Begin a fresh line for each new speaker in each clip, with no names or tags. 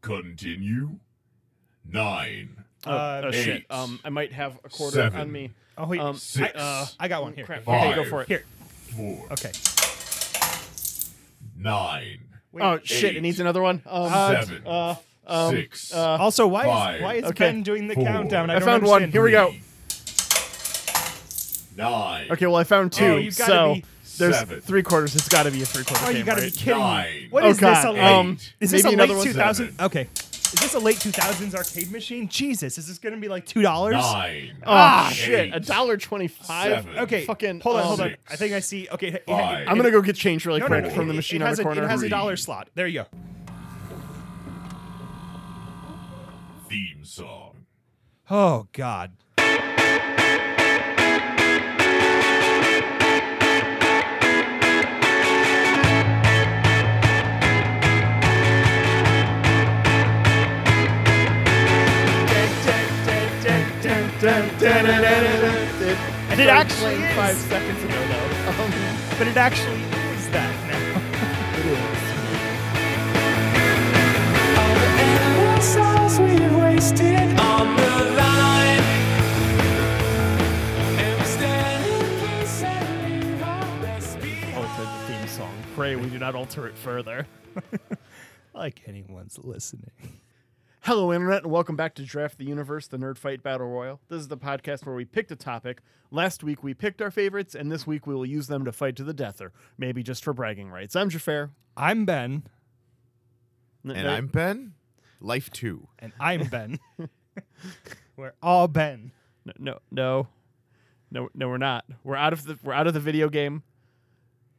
Continue. Nine.
Oh, oh,
eight,
shit. Um, I might have a quarter
seven,
on me.
Uh, Oh, wait.
Um,
six,
I, uh,
I got one here.
crap.
five,
okay, go for it.
Here.
Four.
Okay.
Nine.
Wait.
Oh shit! It
Eight.
needs another one. Um,
Seven.
uh, um,
six.
uh,
also, why
Five,
is, why is
okay,
Ben doing the
four.
countdown? I,
I
don't
found one.
understand.
Here we go.
Nine.
Okay, well I found two.
Oh, you've gotta
so
be-
there's
Seven.
three quarters. It's got to be a three quarter.
Oh, you
game,
gotta
right?
be kidding me!
Nine.
What
Oh,
is
God.
this? A late,
Um,
is this
maybe
a late
another one?
2000?
Seven.
Okay, is this a late 2000s arcade machine? Jesus, is this gonna be like two dollars?
Nine.
Ah,
Eight.
shit! A dollar twenty-five.
Seven.
Okay,
Fucking.
Hold on,
um,
hold on.
six.
I think I see. Okay, it- it-
Five.
I'm gonna go get change really
no, no,
quick
no,
from the
it-
machine
it
on
has
the
a-
corner.
It has a
Three.
dollar slot. There you go.
Theme song.
Oh God.
It
It actually
played
is.
five seconds ago though. Um,
But it actually is that now.
Oh, altered the theme song. Pray we do not alter it further.
Like anyone's listening.
Hello, Internet, and welcome back to Draft the Universe, the Nerd Fight Battle Royal. This is the podcast where we picked a topic. Last week we picked our favorites, and this week we will use them to fight to the death, or maybe just for bragging rights. I'm Jafar.
I'm Ben,
N-
And
uh,
I'm Ben. Life two.
and I'm Ben. We're all Ben.
n- no, no, no, no, we're not. We're out of the we're out of the video game.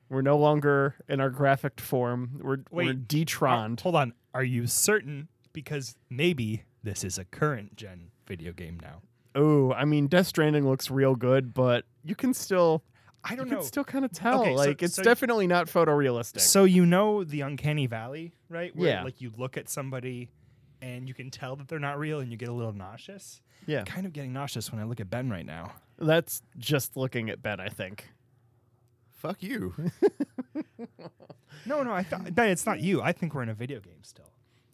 We're no longer in our graphic form. We're we're
Wait.
detroned.
Hold on. Are you certain? Because maybe this is a current gen video game now.
Oh, I mean, Death Stranding looks real good, but you can still
I
you
don't
can
know.
still kind of tell.
Oh, Okay, so-
like it's
so-
definitely not photorealistic.
so you know the uncanny valley, right? Where
Yeah.
like you look at somebody and you can tell that they're not real and you get a little nauseous.
yeah,
Kind of getting nauseous when I look at Ben right now.
that's just looking at Ben. I think.
Fuck you.
No, no, I thought Ben, it's not you. I think we're in a video game still.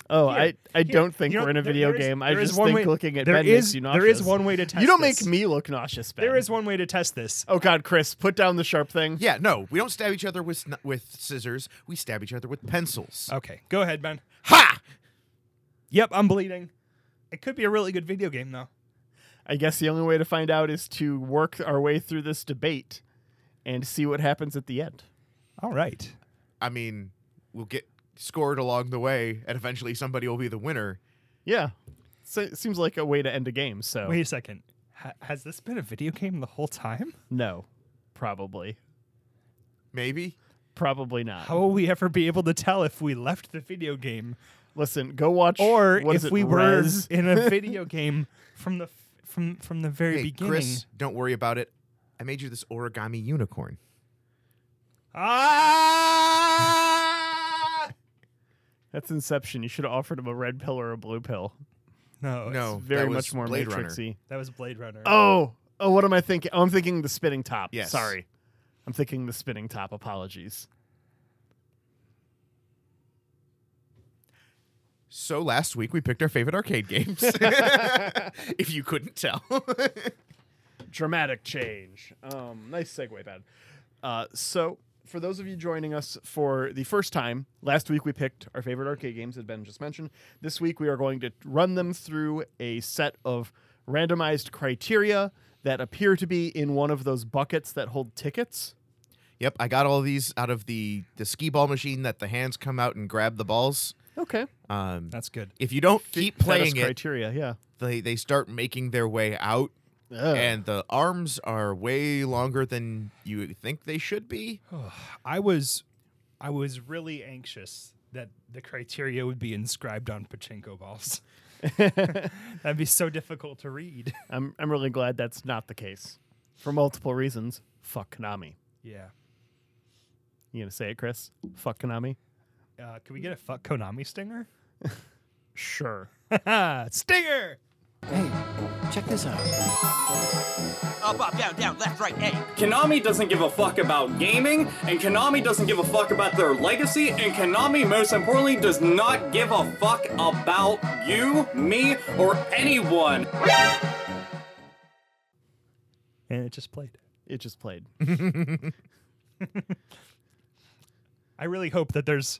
Oh,
Here,
I I
here.
don't think
You know,
we're in a
there-
video
there is-
game. I
there is
just
one
think
way-
looking at
there
Ben
is-
makes you nauseous.
There is one way to test
You don't
this.
make me look nauseous, Ben.
There is one way to test this.
Oh God, Chris, put down the sharp thing.
Yeah, no, we don't stab each other with sn- with scissors. We stab each other with pencils.
Okay, go ahead, Ben.
ha!
Yep, I'm bleeding. It could be a really good video game though.
I guess the only way to find out is to work our way through this debate and see what happens at the end.
All right.
I mean, we'll get scored along the way, and eventually somebody will be the winner.
Yeah, so it seems like a way to end a game. So
Wait a second. Ha- has this been a video game the whole time?
no, probably,
Maybe.
probably not.
How will we ever be able to tell if we left the video game
Listen, go watch.
or
what is
if
it,
we were
Rez?
in a video game from the from from the very
Hey,
beginning?
Chris, don't worry about it. I made you this origami unicorn. Oh,
Ah!
That's Inception. You should have offered him a red pill or a blue pill.
No,
No,
it's-
that
Very
was
much more
Blade Runner.
Matrixy.
that was Blade Runner.
Oh, oh, what am I thinking? Oh, I'm thinking the spinning top.
Yes.
Sorry, I'm thinking the spinning top. Apologies.
So last week we picked our favorite arcade games. if you couldn't tell.
dramatic change. Um, nice segue, Ben. Uh, so, for those of you joining us for the first time, last week we picked our favorite arcade games that Ben just mentioned. This week we are going to run them through a set of randomized criteria that appear to be in one of those buckets that hold tickets.
yep, I got all these out of the the skee ball machine that the hands come out and grab the balls.
Okay.
Um,
that's good.
if you don't keep playing it,
criteria, yeah.
they they start making their way out
Ugh.
and the arms are way longer than you think they should be
I was I was really anxious that the criteria would be inscribed on pachinko balls. That'd be so difficult to read.
I'm I'm really glad that's not the case. For multiple reasons. Fuck Konami.
Yeah.
You gonna say it, Chris? Fuck Konami?
Uh, can we get a fuck Konami stinger?
Sure.
stinger.
Hey, check this out.
Up, up, down, down, left, right, A.
Konami doesn't give a fuck about gaming, and Konami doesn't give a fuck about their legacy, and Konami, most importantly, does not give a fuck about you, me, or anyone.
And it just played.
It just played.
I really hope that there's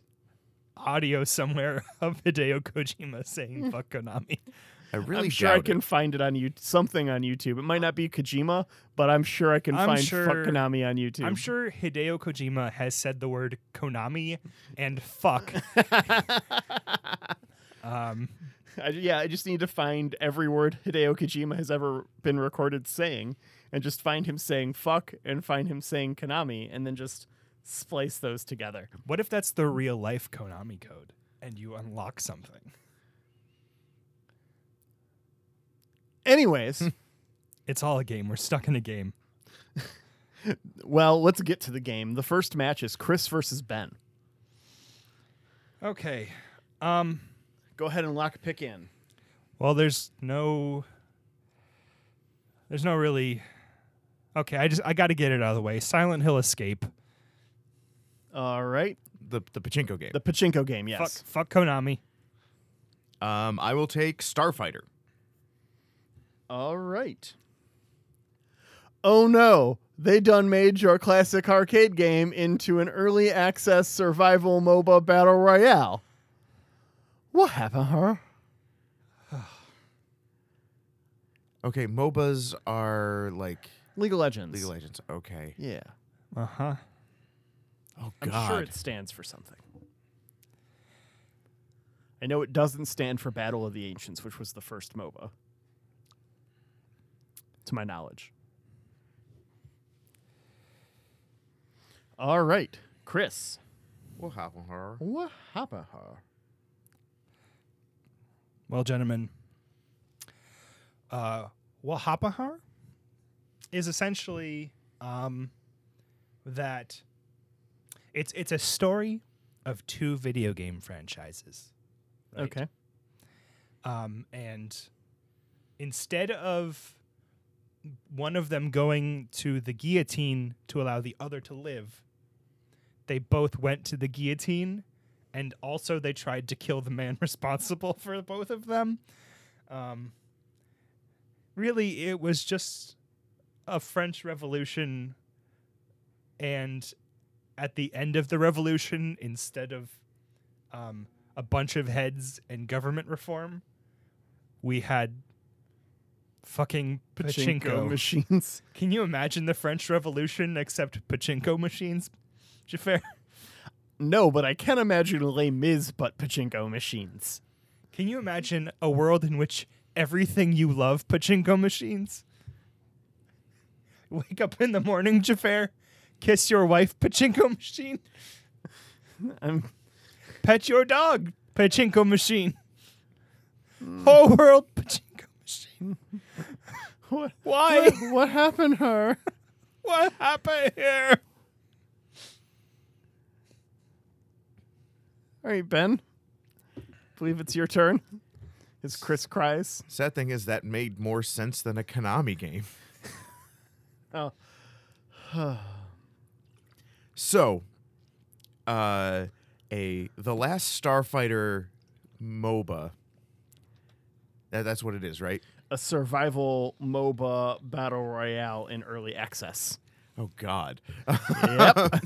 audio somewhere of Hideo Kojima saying fuck Konami.
I really
I'm sure I
doubt
can
it.
find it on you something on YouTube. It might not be Kojima, but I'm sure I can
I'm
find
sure-
fuck Konami on YouTube.
I'm sure Hideo Kojima has said the word Konami and fuck. um,
I, yeah, I just need to find every word Hideo Kojima has ever been recorded saying, and just find him saying fuck, and find him saying Konami, and then just splice those together.
what if that's the real life Konami code and you unlock something?
Anyways,
It's all a game. We're stuck in a game.
well, let's get to the game. The first match is Chris versus Ben.
Okay. Um,
Go ahead and lock pick in.
well, there's no. There's no really. Okay, I just I got to get it out of the way. Silent Hill Escape.
All right,
the the pachinko game.
the pachinko game. Yes,
Fuck, fuck Konami.
Um, I will take Starfighter.
All right. Oh no, they done made your classic arcade game into an early access survival MOBA battle royale. What happened, huh?
Okay, MOBAs are like
League of Legends.
League of Legends. Okay.
Yeah.
Uh huh.
Oh
I'm sure it stands for something. I know it doesn't stand for Battle of the Ancients, which was the first MOBA. To my knowledge. All right, Chris.
What happened her?
What happened, huh?
Well, gentlemen, uh, Wahapahar is essentially um, that it's it's a story of two video game franchises. right?
Okay.
Um, and instead of one of them going to the guillotine to allow the other to live, they both went to the guillotine and also they tried to kill the man responsible for both of them. Um, really, it was just a French Revolution. And at the end of the revolution, instead of um, a bunch of heads and government reform, we had fucking pachinko,
machines.
Can you imagine the French Revolution except pachinko machines, Jafar?
No, but I can imagine Les Mis but pachinko machines.
Can you imagine a world in which everything you love pachinko machines? Wake up in the morning, Jafar. Kiss your wife, pachinko machine.
I'm
Pet your dog, pachinko machine. Whole world, pachinko machine.
what?
Why?
what happened, her?
what happened here?
All right, Ben. Believe it's your turn. As Chris cries.
Sad thing is that made more sense than a Konami game.
Oh.
So, uh, a the last Starfighter MOBA. That, that's what it is, right?
A survival MOBA battle royale in early access.
Oh God.
Yep.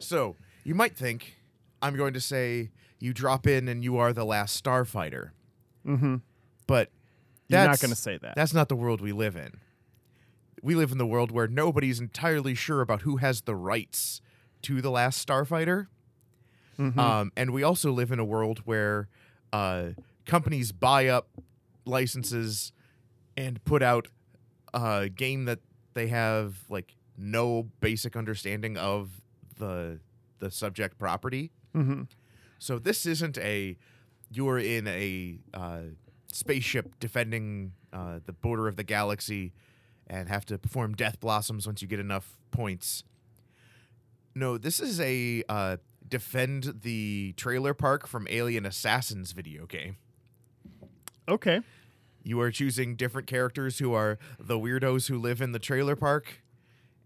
So you might think I'm going to say you drop in and you are the last starfighter. Mm-hmm. But
You're not
that's-
gonna say that.
That's not the world we live in. We live in the world where nobody's entirely sure about who has the rights to the last starfighter.
Mm-hmm.
Um, and we also live in a world where uh, companies buy up licenses and put out a game that they have like no basic understanding of the the subject property. So this isn't a you're in a uh, spaceship defending uh, the border of the galaxy and have to perform death blossoms once you get enough points. No, this is a uh, defend the trailer park from alien assassins video game.
okay.
You are choosing different characters who are the weirdos who live in the trailer park,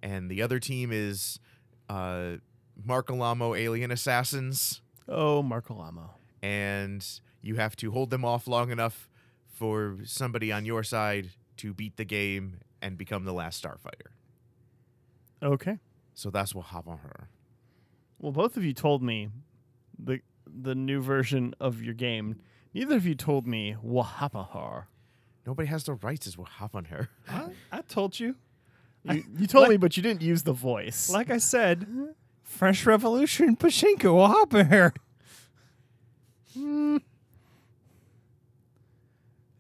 and the other team is uh, Mark Alamo alien assassins,
Oh, Marco Lamo.
and you have to hold them off long enough for somebody on your side to beat the game and become the last starfighter.
Okay.
So that's what happened. Her.
Well, both of you told me the the new version of your game. Neither of you told me Wahapahar.
Nobody has the rights, is what happened. Her.
I, I told you.
You, you told me, but you didn't use the voice.
Like I said, French Revolution, Pachinko will hop in here.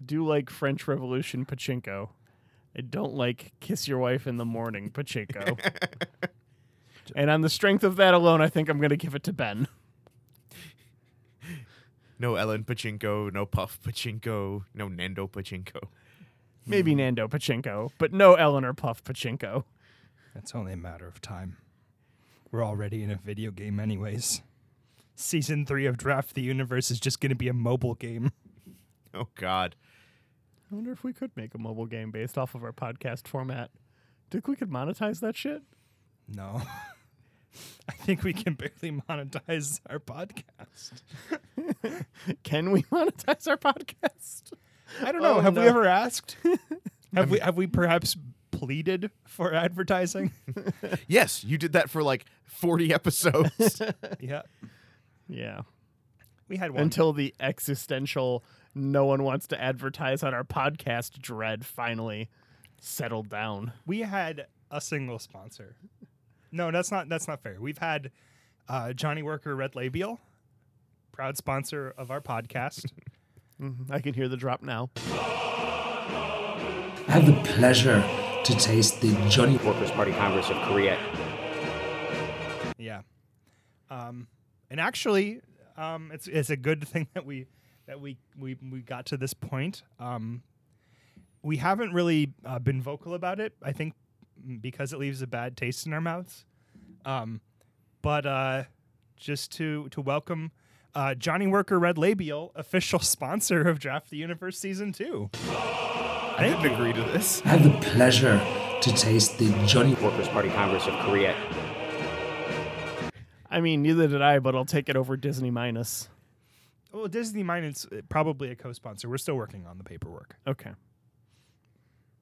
do like French Revolution Pachinko. I don't like Kiss Your Wife in the Morning Pachinko. and on the strength of that alone, I think I'm going to give it to Ben.
No Ellen Pachinko, no Puff Pachinko, no Nando Pachinko.
Maybe Nando Pachinko, but no Eleanor Puff Pachinko.
It's only a matter of time. We're already in a video game, anyways. Season three of Draft the Universe is just going to be a mobile game.
Oh God.
I wonder if we could make a mobile game based off of our podcast format. Think we could monetize that shit?
No. I think we can barely monetize our podcast.
Can we monetize our podcast?
I don't know.
Oh,
have
no. Um,
we ever asked? have we have we perhaps pleaded for advertising?
Yes, you did that for like 40 episodes.
yeah.
Yeah.
We had one.
Until the existential no one wants to advertise on our podcast dread finally settled down.
we had a single sponsor. No, that's not that's not fair. We've had uh, Johnny Worker Red Labial, proud sponsor of our podcast.
I can hear the drop now.
I had the pleasure to taste the Johnny
Workers' Party Congress of Korea.
yeah. Um, and actually, um, it's it's a good thing that we that we we, we got to this point. Um, we haven't really uh, been vocal about it. I think because it leaves a bad taste in our mouths. Um, but uh, just to to welcome uh, Johnny Worker Red Labial, official sponsor of Draft the Universe season two.
I didn't agree to this.
I had the pleasure to taste the Johnny
Workers' Party Congress of Korea.
I mean, neither did I, but I'll take it over Disney minus.
Well, Disney Minus uh, probably a co-sponsor. We're still working on the paperwork.
Okay.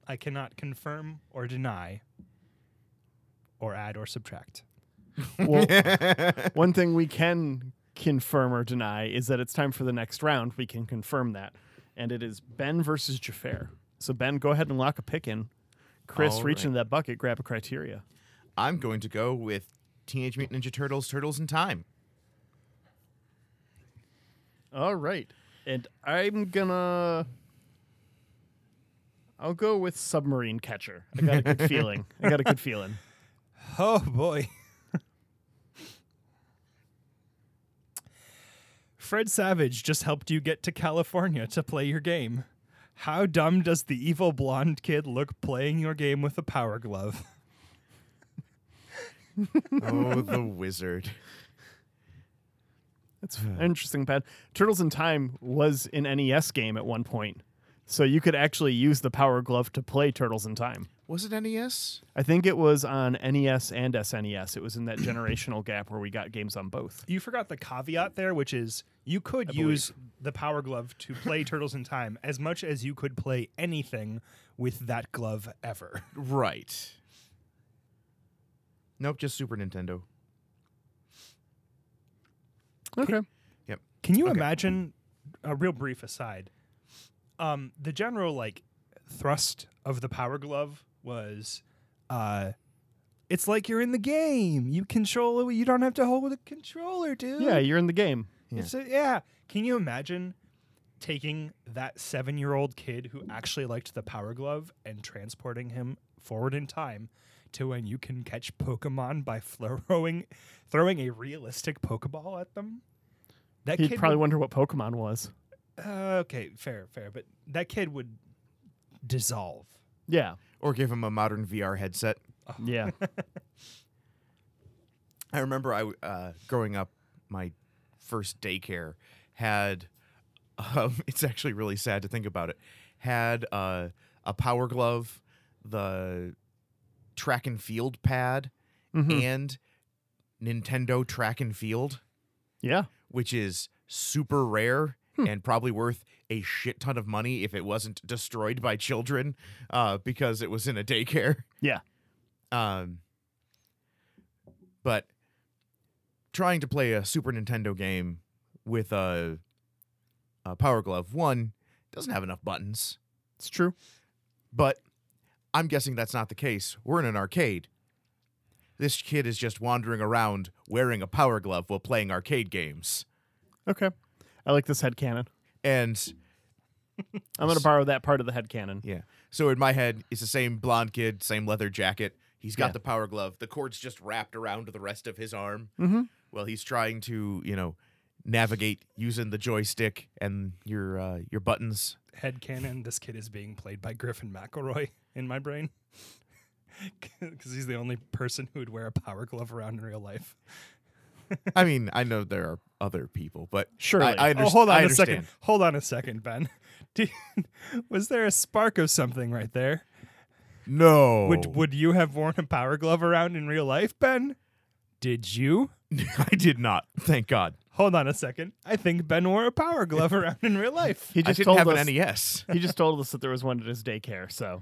I cannot confirm or deny or add or subtract.
Well, one thing we can confirm or deny is that it's time for the next round. We can confirm that. And it is Ben versus Jafar. So, Ben, go ahead and lock a pick in. Chris,
All
reach
right.
into that bucket, grab a criteria.
I'm going to go with Teenage Mutant Ninja Turtles, Turtles in Time.
All right. And I'm gonna. I'll go with submarine catcher. I got a good feeling. I got a good feeling.
Oh boy. Fred Savage just helped you get to California to play your game. How dumb does the evil blonde kid look playing your game with a power glove?
Oh, the wizard.
That's interesting, Pat. Turtles in Time was an NES game at one point, so you could actually use the Power Glove to play Turtles in Time.
Was it NES?
I think it was on NES and SNES. It was in that generational gap where we got games on both.
You forgot the caveat there, which is you could use the power glove to play Turtles in Time as much as you could play anything with that glove ever.
Right. Nope, just Super Nintendo.
Okay.
Yep.
Can you imagine a real brief aside? Um, the general like thrust of the power glove was uh it's like you're in the game. You control it. You don't have to hold a controller, dude.
Yeah, you're in the game.
It's a, yeah. Can you imagine taking that seven year old kid who actually liked the power glove and transporting him forward in time to when you can catch Pokemon by throwing throwing a realistic Pokeball at them? That
He'd
kid
probably
would-
wonder what Pokemon was.
uh, okay, fair, fair, but that kid would dissolve.
Yeah.
Or give him a modern VR headset.
Yeah.
I remember I w- uh, growing up, my first daycare had. Um, it's actually really sad to think about it. had uh, a power glove, the track and field pad, and Nintendo track and field,
Yeah.
which is super rare and probably worth a shit ton of money if it wasn't destroyed by children uh, because it was in a daycare.
Yeah.
Um, but trying to play a Super Nintendo game with a, a Power Glove one doesn't have enough buttons.
It's true.
But I'm guessing that's not the case. We're in an arcade. This kid is just wandering around wearing a Power Glove while playing arcade games,
Okay. I like this headcanon.
and
I'm going to borrow that part of the headcanon.
yeah. So in my head, it's the same blonde kid, same leather jacket. He's got
Yeah.
the power glove. The cord's just wrapped around the rest of his arm.
Mm-hmm.
Well, he's trying to, you know, navigate using the joystick and your uh, your buttons.
headcanon this kid is being played by Griffin McElroy in my brain. Because he's the only person who would wear a power glove around in real life.
I mean, I know there are other people, but
Surely.
I, I,
Oh,
underst-
hold on
I
a
understand.
second. Hold on a second, Ben. Do you- was there a spark of something right there?
No,
Would Would you have worn a power glove around in real life, Ben? Did you?
I did not. Thank God.
Hold on a second. I think Ben wore a power glove around in real life.
He
I
just
didn't
told
have
us
an E NES.
he just told us that there was one at his daycare, so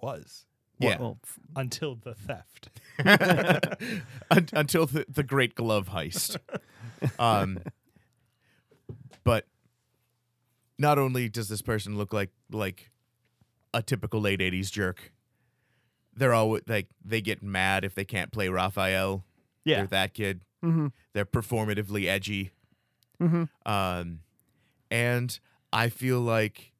was
yeah,
Well, f-
until the theft.
Un- until the, the Great Glove heist. um, but not only does this person look like like a typical late '80s jerk, they're all like they get mad if they can't play Raphael.
yeah.
They're that kid.
Mm-hmm.
They're performatively edgy.
Mhm.
Um, and I feel like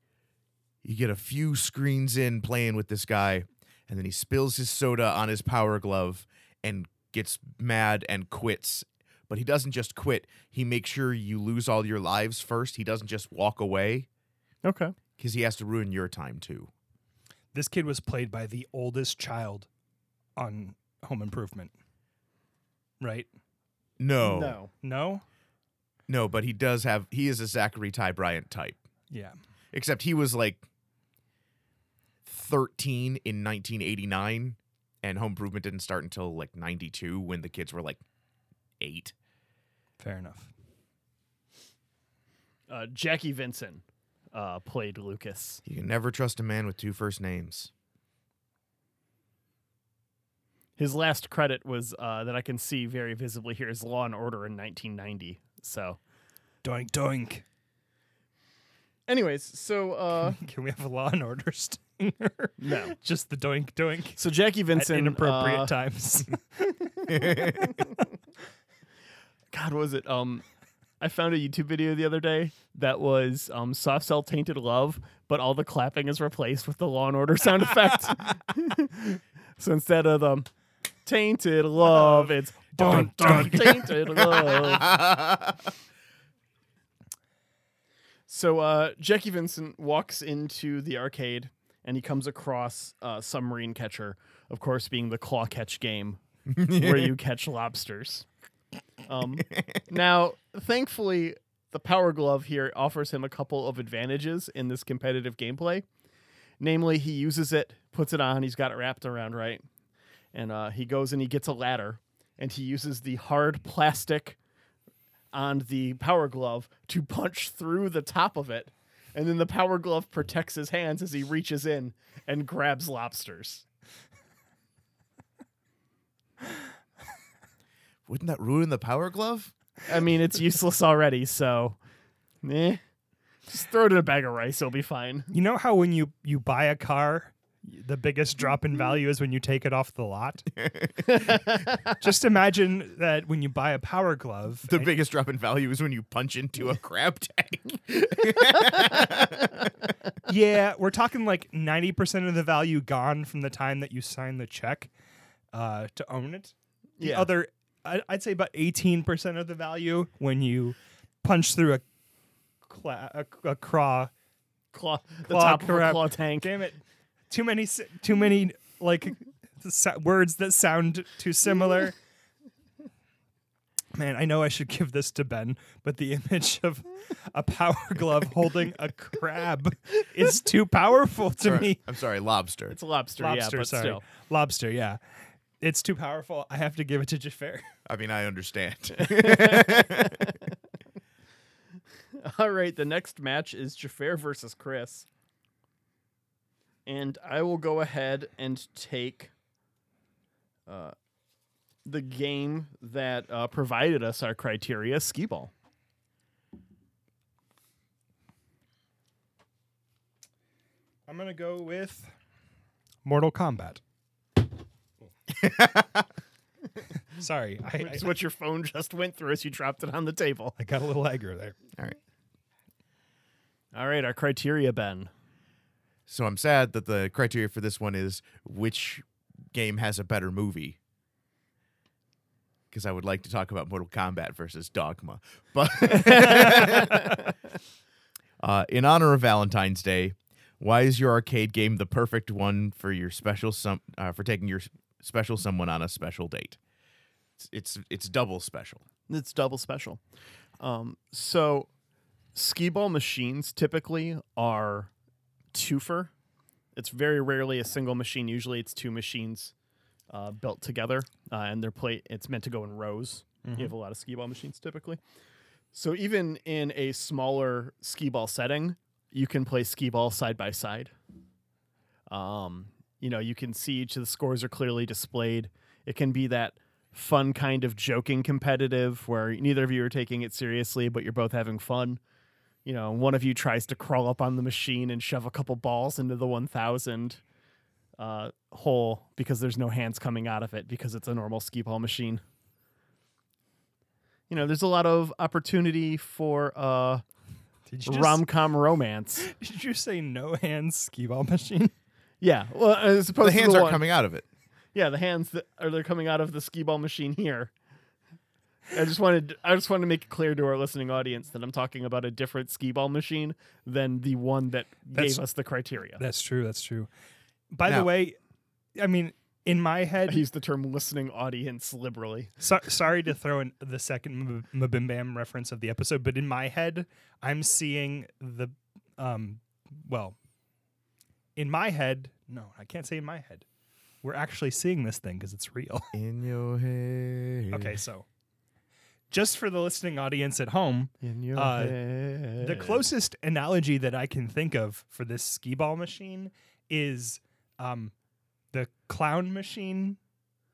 you get a few screens in playing with this guy, and then he spills his soda on his power glove and gets mad and quits. But he doesn't just quit, he makes sure you lose all your lives first. He doesn't just walk away
Okay.
because he has to ruin your time too.
This kid was played by the oldest child on Home Improvement. Right?
No.
No.
No?
No, but he does have, he is a Zachary Ty Bryant type.
Yeah.
except he was like 13 in 1989 and home improvement didn't start until like 92 when the kids were like 8
Fair enough.
Uh, Jackie Vincent uh, played Lucas.
you can never trust a man with two first names
His last credit was uh, that I can see very visibly here is Law and Order in 1990. So,
Doink doink.
anyways, so uh,
Can we have a Law and Order stinger?
No.
Just the doink doink
so Jackie
at
Vincent
inappropriate
uh,
times.
God, what was it? Um, I found a YouTube video the other day that was um, soft cell tainted love, but all the clapping is replaced with the Law and Order sound effect. so instead of um, tainted love, it's dun dun tainted love. so uh, Jackie Vincent walks into the arcade and he comes across uh, submarine catcher, of course, being the claw catch game where you catch lobsters. Um, now, thankfully, the Power Glove here offers him a couple of advantages in this competitive gameplay. Namely, he uses it, puts it on, he's got it wrapped around right, and uh, he goes and he gets a ladder, and he uses the hard plastic on the Power Glove to punch through the top of it, and then the Power Glove protects his hands as he reaches in and grabs lobsters.
wouldn't that ruin the power glove
I mean, it's useless already, so eh. Just throw it in a bag of rice, it'll be fine.
you know how when you, you buy a car, the biggest drop in value is when you take it off the lot? Just imagine that when you buy a power glove,
the biggest drop in value is when you punch into a crab tank
yeah, we're talking like 90% of the value gone from the time that you sign the check uh, to own it. The
Yeah.
other, I- I'd say about 18% of the value when you punch through a, cla- a, a craw.
Claw, the
Claw
top of a
crap.
claw tank.
Damn it. Too many, s- too many like s- words that sound too similar. Man, I know I should give this to Ben, but the image of a power glove holding a crab is too powerful to
Or-
me.
I'm sorry, lobster.
It's a lobster,
Lobster,
yeah, but
sorry.
still.
Lobster, yeah. It's too powerful. I have to give it to Jafar.
I mean, I understand.
All right, the next match is Jafar versus Chris. And I will go ahead and take uh, the game that uh, provided us our criteria, skee ball.
I'm going to go with Mortal Kombat. sorry. I, I,
It's what your phone just went through as you dropped it on the table.
I got a little aggro there.
All right.
All right, our criteria, Ben.
So I'm sad that the criteria for this one is which game has a better movie. Because I would like to talk about Mortal Kombat versus Dogma. But uh, in honor of Valentine's Day, why is your arcade game the perfect one for your special some uh, for taking your s- special someone on a special date? It's it's, it's double special.
It's double special. Um, so, skee ball machines typically are twofer. It's very rarely a single machine. Usually, it's two machines uh, built together, uh, and they're play. It's meant to go in rows. You have a lot of skee ball machines typically. So even in a smaller skee ball setting, you can play skee ball side by side. Um, you know, you can see each of the scores are clearly displayed. It can be that fun kind of joking competitive where neither of you are taking it seriously, but you're both having fun. You know, one of you tries to crawl up on the machine and shove a couple balls into the 1000 uh, hole because there's no hands coming out of it because it's a normal skee ball machine. You know, there's a lot of opportunity for uh,
Did you, just,
rom com romance.
did you say no hands skee ball machine?
Yeah. Well, as opposed
The
to
hands aren't
one-
coming out of it.
Yeah, the hands that are they're coming out of the skee ball machine here. I just wanted I just wanted to make it clear to our listening audience that I'm talking about a different skee ball machine than the one that
That's-
gave us the criteria.
That's true. That's true. By the
Now-
way, I mean, in my head,
I use the term listening audience liberally.
So, sorry to throw in the second M- Mabim Bam reference of the episode, but in my head, I'm seeing the, um, well, in my head, no, I can't say in my head. We're actually seeing this thing because it's real.
In your head.
okay, so just for the listening audience at home,
In your
Uh, the closest analogy that I can think of for this skee ball machine is um, the clown machine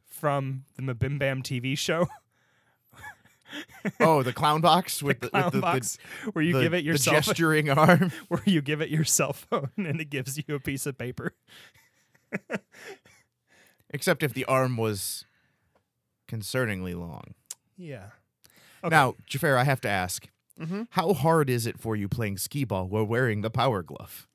from the Mabim Bam TV show.
Oh, the clown box with
the
the,
clown
with the, the-
box where you
the-
give it your
the
cell phone,
gesturing arm.
where you give it your cell phone and it gives you a piece of paper.
Except if the arm was concerningly long.
Yeah.
Now, Jafar, I have to ask
Mm-hmm.
how hard is it for you playing skee ball while wearing the power glove?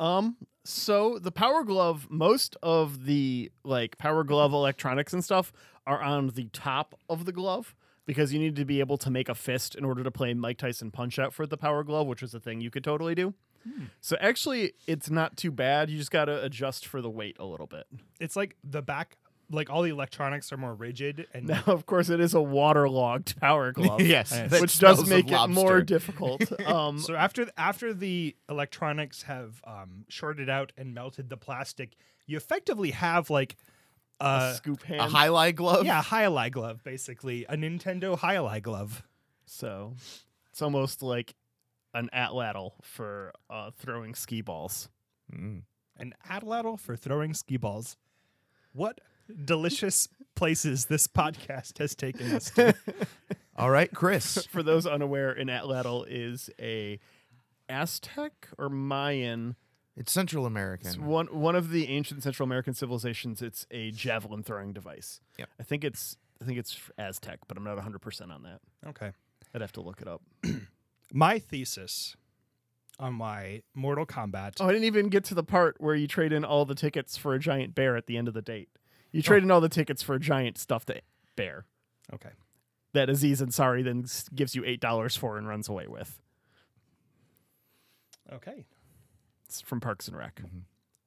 Um. So the Power Glove, most of the like Power Glove electronics and stuff are on the top of the glove because you need to be able to make a fist in order to play Mike Tyson Punch Out for the Power Glove, which is a thing you could totally do.
Hmm.
So actually, it's not too bad. You just got to adjust for the weight a little bit.
It's like the back, like all the electronics are more rigid and
Now, of course, it is a waterlogged Power Glove.
that
Which does
smells of
make it more
lobster.
difficult. Um,
So after th- after the electronics have um, shorted out and melted the plastic, you effectively have like uh, a
scoop hand.
uh, A highlight glove?
yeah Hyali glove, basically a Nintendo Hyali glove.
So it's almost like an atlatl for uh, throwing ski balls.
an atlatl for throwing skee balls. What delicious places this podcast has taken us to.
All right, Chris.
For those unaware, an atlatl is a Aztec or Mayan.
it's Central
It's
American.
one one of the ancient Central American civilizations. It's a javelin throwing device.
Yep.
I think it's I think it's Aztec, but I'm not 100 percent on that.
Okay.
I'd have to look it up.
My thesis on why Mortal Kombat.
Oh, I didn't even get to the part where you trade in all the tickets for a giant bear at the end of the date. You trade in all the tickets for a giant stuffed bear.
Okay.
that Aziz Ansari then s- gives you eight dollars for and runs away with.
Okay.
It's from Parks and Rec.
Mhm.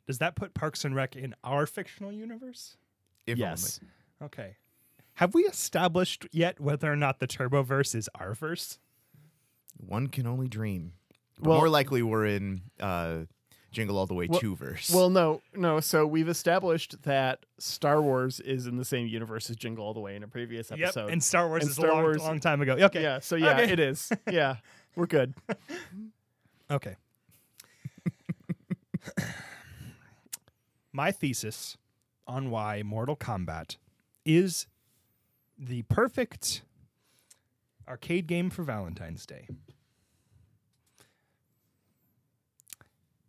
Does that put Parks and Rec in our fictional universe?
if
yes,
Okay. Have we established yet whether or not the Turboverse is our verse?
One can only dream. But
Well-
more likely, we're in uh, Jingle All the Way two verse.
Well, no, no. So we've established that Star Wars is in the same universe as Jingle All the Way in a previous
Yep.
episode.
and Star Wars
and
is
Star
a long,
Wars-
long time ago. Okay.
yeah, so yeah,
Okay.
it is. Yeah, we're good.
Okay. My thesis on why Mortal Kombat is the perfect arcade game for Valentine's Day.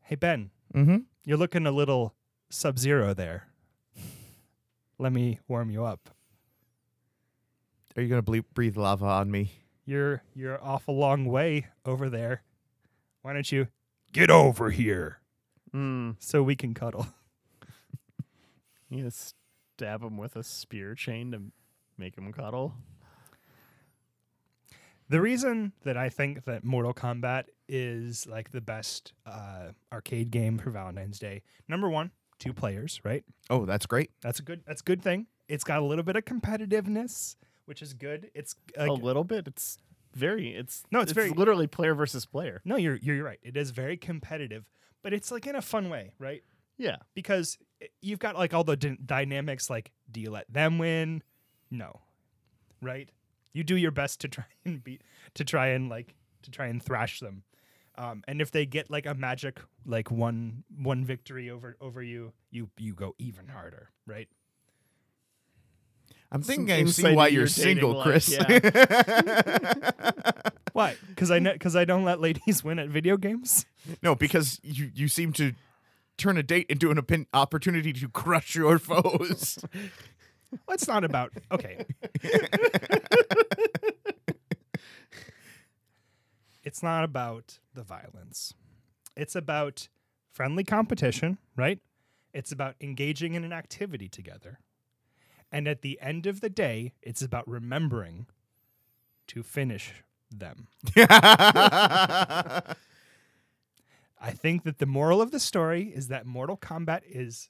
Hey, Ben,
mm-hmm.
you're looking a little sub zero there. Let me warm you up.
Are you gonna bleep, breathe lava on me?
You're you're off a long way over there. Why don't you get over here
Mm,
so we can cuddle?
you gonna stab him with a spear chain to make him cuddle.
The reason that I think that Mortal Kombat is like the best uh, arcade game for Valentine's Day. Number one, two players, right?
Oh, that's great.
That's a good. That's a good thing. It's got a little bit of competitiveness, which is good. It's like,
a little bit. It's very. It's
No, it's very-
literally player versus player.
no, you're you're right. It is very competitive, but it's like in a fun way, right?
Yeah,
Because i- you've got like all the d- dynamics. Like, do you let them win? No, right? You do your best to try and beat, to try and like, to try and thrash them. Um, and if they get like a magic, like one one victory over over you, you you go even harder, right?
I'm
Some
thinking I see
insight
why
into your
you're
dating
single,
life,
Chris.
Why? Because I because I don't let ladies win at video games.
no, because you you seem to turn a date into an oppin- opportunity to crush your foes.
Well, it's not about okay. it's not about the violence. It's about friendly competition, right? It's about engaging in an activity together. And at the end of the day, it's about remembering to finish them. I think that the moral of the story is that Mortal Kombat is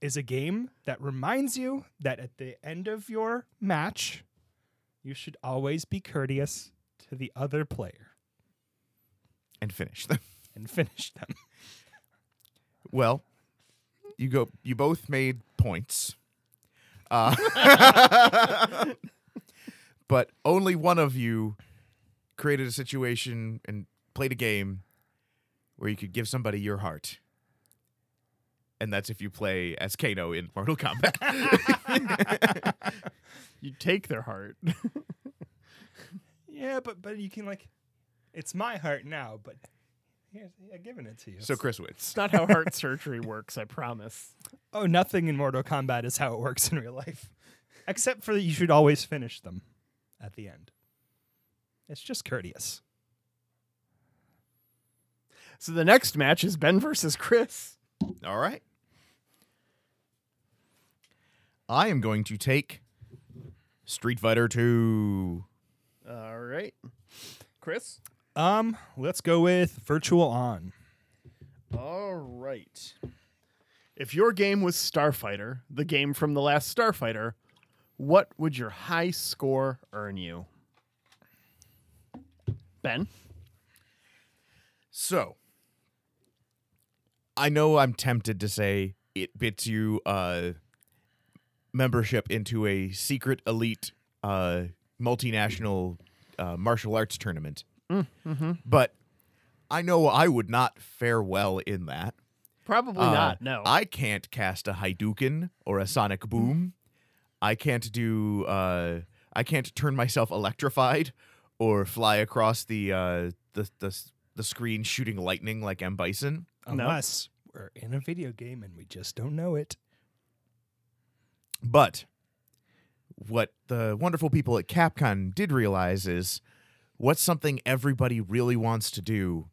is a game that reminds you that at the end of your match, you should always be courteous to the other player
and finish them.
and finish them.
Well, you go. You both made points, uh, but only one of you created a situation and played a game where you could give somebody your heart, and that's if you play as Kano in Mortal Kombat.
you take their heart.
Yeah, but but you can like, it's my heart now, but here's I'm giving it to you.
so Chris wins.
it's not how heart surgery works. I promise.
oh, nothing in Mortal Kombat is how it works in real life, except for that you should always finish them at the end. It's just courteous.
So the next match is Ben versus Chris.
All right. I am going to take Street Fighter Two.
All right, Chris.
Um, let's go with virtual on.
All right. If your game was Starfighter, the game from the last Starfighter, what would your high score earn you? Ben.
So, I know I'm tempted to say it bits you uh, membership into a secret elite uh, multinational uh, martial arts tournament, but I know I would not fare well in that.
Probably
Uh,
not. No.
I can't cast a Hadouken or a Sonic Boom. I can't do. Uh, I can't turn myself electrified or fly across the uh, the, the the screen shooting lightning like M Bison.
Unless we're in a video game and we just don't know it.
But what the wonderful people at Capcom did realize is what's something everybody really wants to do,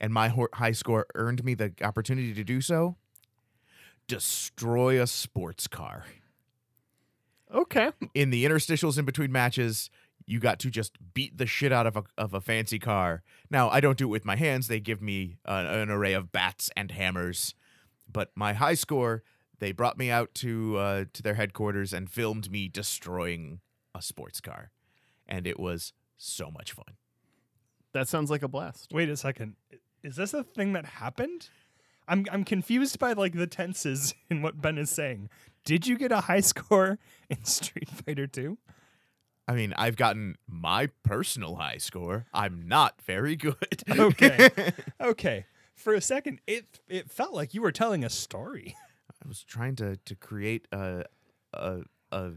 and my hor- high score earned me the opportunity to do so. Destroy a sports car.
okay.
in the interstitials in between matches, you got to just beat the shit out of a of a fancy car. Now I don't do it with my hands; they give me an, an array of bats and hammers. But my high score They brought me out to uh, to their headquarters and filmed me destroying a sports car, and it was so much fun.
That sounds like a blast.
Wait a second. Is this a thing that happened? I'm I'm confused by like the tenses in what Ben is saying. Did you get a high score in Street Fighter 2?
I mean, I've gotten my personal high score. I'm not very good.
Okay. okay. For a second, it it felt like you were telling a story.
I was trying to to create a a, a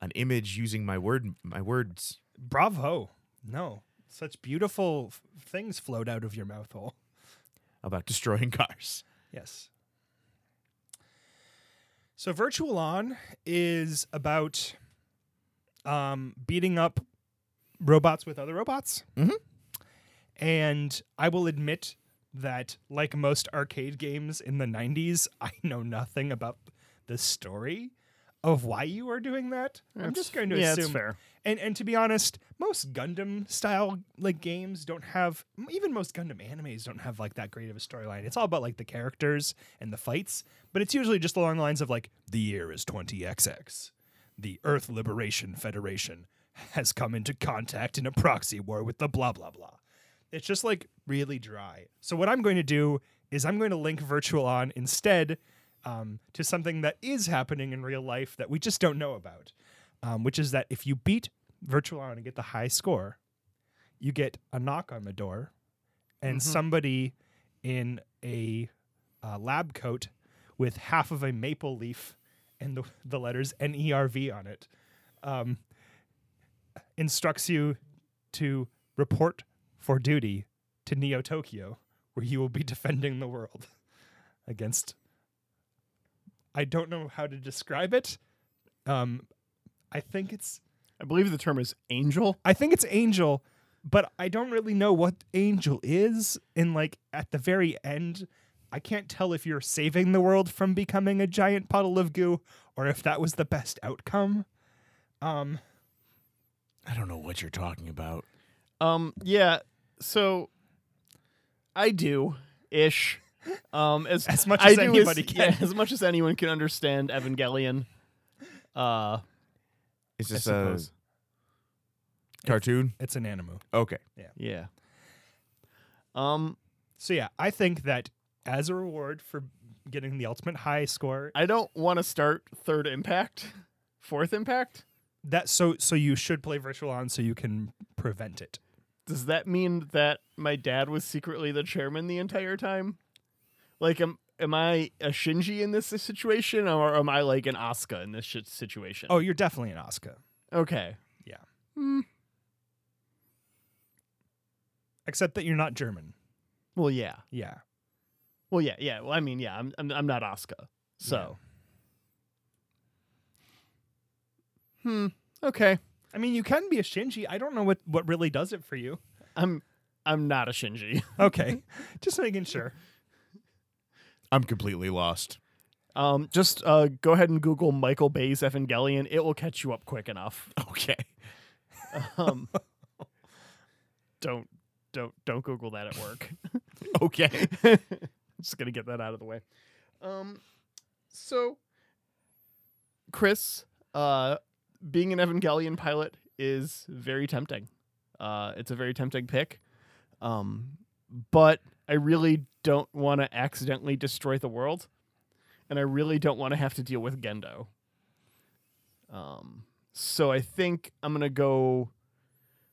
an image using my word my words.
Bravo. No. Such beautiful f- things flowed out of your mouth hole.
about destroying cars.
Yes. So Virtual On is about um, beating up robots with other robots.
Mhm.
And I will admit that, like most arcade games in the 90s, I know nothing about the story of why you are doing that. I'm just going to
yeah,
assume
it's fair.
and and to be honest, most Gundam style like games don't have m- even most Gundam animes don't have like that great of a storyline. It's all about like the characters and the fights, but it's usually just along the lines of like the year is 20XX. The Earth Liberation Federation has come into contact in a proxy war with the blah blah blah. It's just like really dry. So what I'm going to do is I'm going to link Virtual On instead um, to something that is happening in real life that we just don't know about, um, which is that if you beat Virtual On and get the high score, you get a knock on the door, and somebody in a uh, lab coat with half of a maple leaf and the, the letters N E R V on it um, instructs you to report for duty to Neo Tokyo, where you will be defending the world against. I don't know how to describe it. Um, I think it's
I believe the term is angel.
I think it's Angel, but I don't really know what Angel is. And like at the very end, I can't tell if you're saving the world from becoming a giant puddle of goo or if that was the best outcome. Um,
I don't know what you're talking about.
Um, yeah. So I do ish. Um, as,
As much
I
as
do
anybody
yeah,
can.
as much as anyone can understand Evangelion. Uh,
Is
I
this a
suppose.
cartoon?
it's an anime.
Okay.
Yeah. Um,
So yeah, I think that as a reward for getting the ultimate high score,
I don't want to start third impact, fourth impact.
that so so you should play virtual on so you can prevent it.
Does that mean that my dad was secretly the chairman the entire time? Like, am am I a Shinji in this situation, or am I like an Asuka in this shit situation?
Oh, you're definitely an Asuka.
okay.
Except that you're not German.
Well, yeah.
Yeah.
Well, yeah, yeah. Well, I mean, yeah. I'm I'm, I'm not Asuka, so. Hmm. Okay.
I mean, you can be a Shinji. I don't know what what really does it for you.
I'm I'm not a Shinji.
Okay. Just making sure.
I'm completely lost.
Um, just uh, go ahead and Google Michael Bay's Evangelion. It will catch you up quick enough.
Okay.
Um, don't don't don't Google that at work.
Okay.
just gonna get that out of the way. Um, so Chris, uh, being an Evangelion pilot is very tempting. Uh, it's a very tempting pick. Um, but I really don't want to accidentally destroy the world, and I really don't want to have to deal with Gendo. Um, so I think I'm gonna go.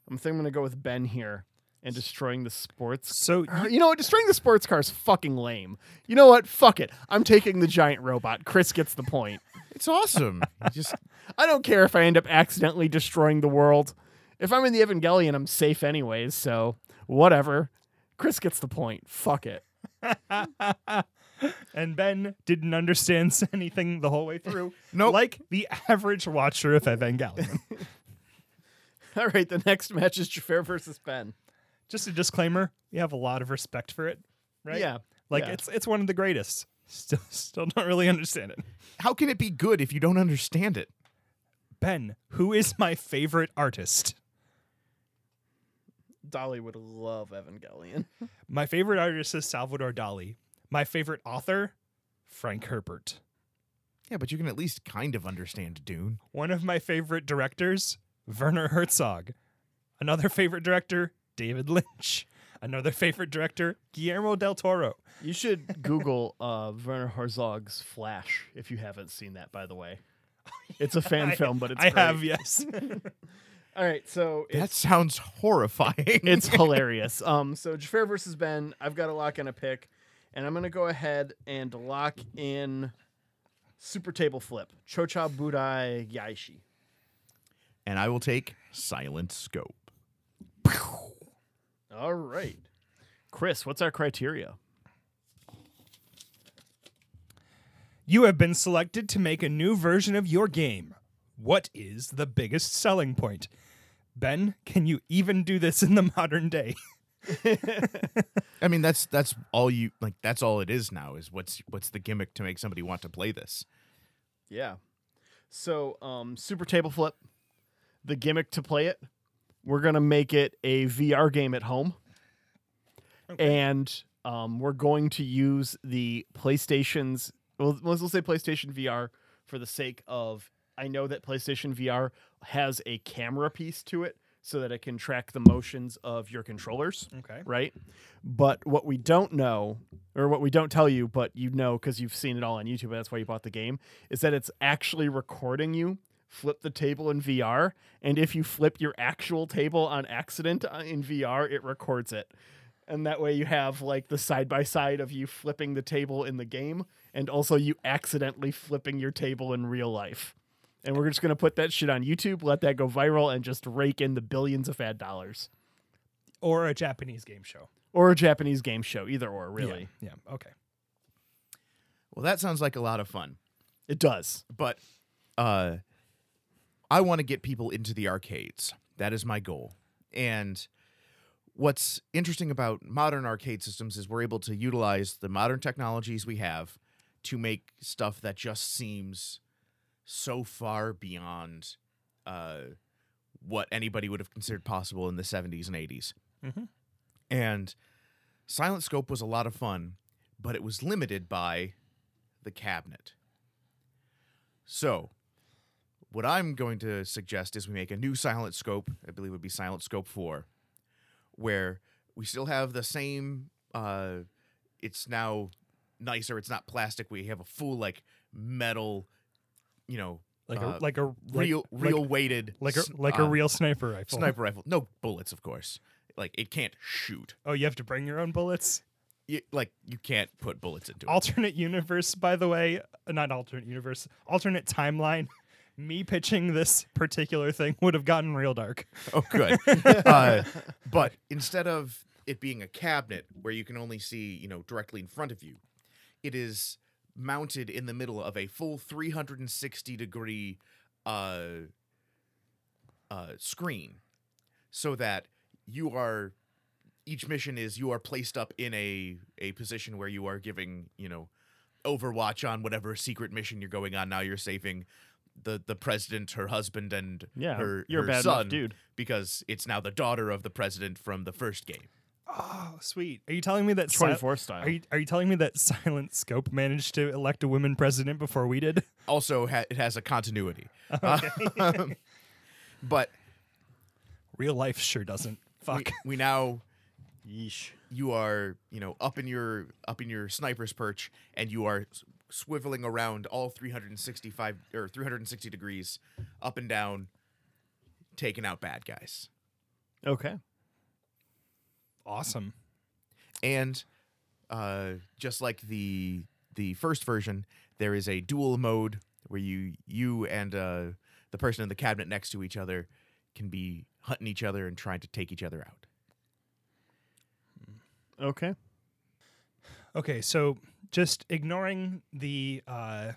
I'm think I'm gonna go with Ben here and destroying the sports
So
uh, You know what? Destroying the sports car is fucking lame. You know what? Fuck it. I'm taking the giant robot. Chris gets the point.
it's awesome. Just
I don't care if I end up accidentally destroying the world. If I'm in the Evangelion, I'm safe anyways, so whatever. Chris gets the point. Fuck it.
and Ben didn't understand anything the whole way through.
Nope.
Like the average watcher of Evangelion.
All right, the next match is Jafar versus Ben.
Just a disclaimer, we have a lot of respect for it, right?
Yeah.
Like
yeah.
it's it's one of the greatest. Still still don't really understand it.
how can it be good if you don't understand it?
Ben, who is my favorite artist?
Dolly would love Evangelion.
My favorite artist is Salvador Dali. My favorite author, Frank Herbert.
Yeah, but you can at least kind of understand Dune.
One of my favorite directors, Werner Herzog. Another favorite director, David Lynch. Another favorite director, Guillermo del Toro.
You should Google uh, Werner Herzog's Flash if you haven't seen that. By the way, it's a fan
I-
film, but it's
I
great.
have, yes.
All right, so it's
That sounds horrifying.
it's hilarious. Um, so Jafar versus Ben. I've got a lock and a pick, and I'm gonna go ahead and lock in Super Table Flip. Chocha Budai Yaishi.
and I will take Silent Scope.
All right, Chris. What's our criteria?
you have been selected to make a new version of your game. What is the biggest selling point? Ben, can you even do this in the modern day?
I mean, that's that's all you like. That's all it is now. Is what's what's the gimmick to make somebody want to play this?
Yeah. So, um, Super Table Flip, the gimmick to play it, we're going to make it a VR game at home. And um, we're going to use the PlayStation's, well, let's let's say PlayStation VR for the sake of, I know that PlayStation VR has a camera piece to it so that it can track the motions of your controllers
Okay.
right? But what we don't know, or what we don't tell you, but you know because you've seen it all on YouTube, and that's why you bought the game, is that it's actually recording you. Flip the table in VR, and if you flip your actual table on accident uh, in VR, it records it. And that way you have like the side by side of you flipping the table in the game and also you accidentally flipping your table in real life. And we're just going to put that shit on YouTube, let that go viral, and just rake in the billions of ad dollars
Or a Japanese game show.
or a Japanese game show, either or, really.
Yeah. yeah. Okay.
Well, that sounds like a lot of fun.
It does.
But uh, I want to get people into the arcades. That is my goal. And what's interesting about modern arcade systems is we're able to utilize the modern technologies we have to make stuff that just seems so far beyond uh, what anybody would have considered possible in the 70s and 80s.
Mm-hmm.
And Silent Scope was a lot of fun, but it was limited by the cabinet. So, what I'm going to suggest is we make a new Silent Scope. I believe it would be Silent Scope 4, where we still have the same. Uh, it's now nicer. It's not plastic. We have a full like metal, you know,
Like a
uh,
like a like-
real
like-
real weighted
like a
s-
like a
uh,
real sniper rifle.
sniper rifle. No bullets, of course. Like it can't shoot.
Oh, you have to bring your own bullets.
You, like you can't put bullets into it.
Alternate universe, by the way, uh, not alternate universe, alternate timeline. Me pitching this particular thing would have gotten real dark.
Oh, good. uh, but instead of it being a cabinet where you can only see, you know, directly in front of you, it is mounted in the middle of a full 360 degree uh, uh, screen, so that you are each mission is you are placed up in a a position where you are giving, you know, overwatch on whatever secret mission you're going on. Now you're saving. The, the president, her husband, and
Yeah,
her,
you're a
her
bad enough
son,
dude.
because it's now the daughter of the president from the first game.
Oh, sweet. Are you telling me that
24 style.
Are you, are you telling me that Silent Scope managed to elect a women president before we did?
Also, ha- it has a continuity. Um, but
Real life sure doesn't.
we,
Fuck.
we now
Yeesh.
you are you know up in your up in your sniper's perch and you are s- swiveling around all 365 or 360 degrees up and down taking out bad guys
Okay.
awesome.
and uh, just like the the first version, there is a dual mode where you you and uh, the person in the cabinet next to each other can be hunting each other and trying to take each other out.
Okay.
Okay, so just ignoring the uh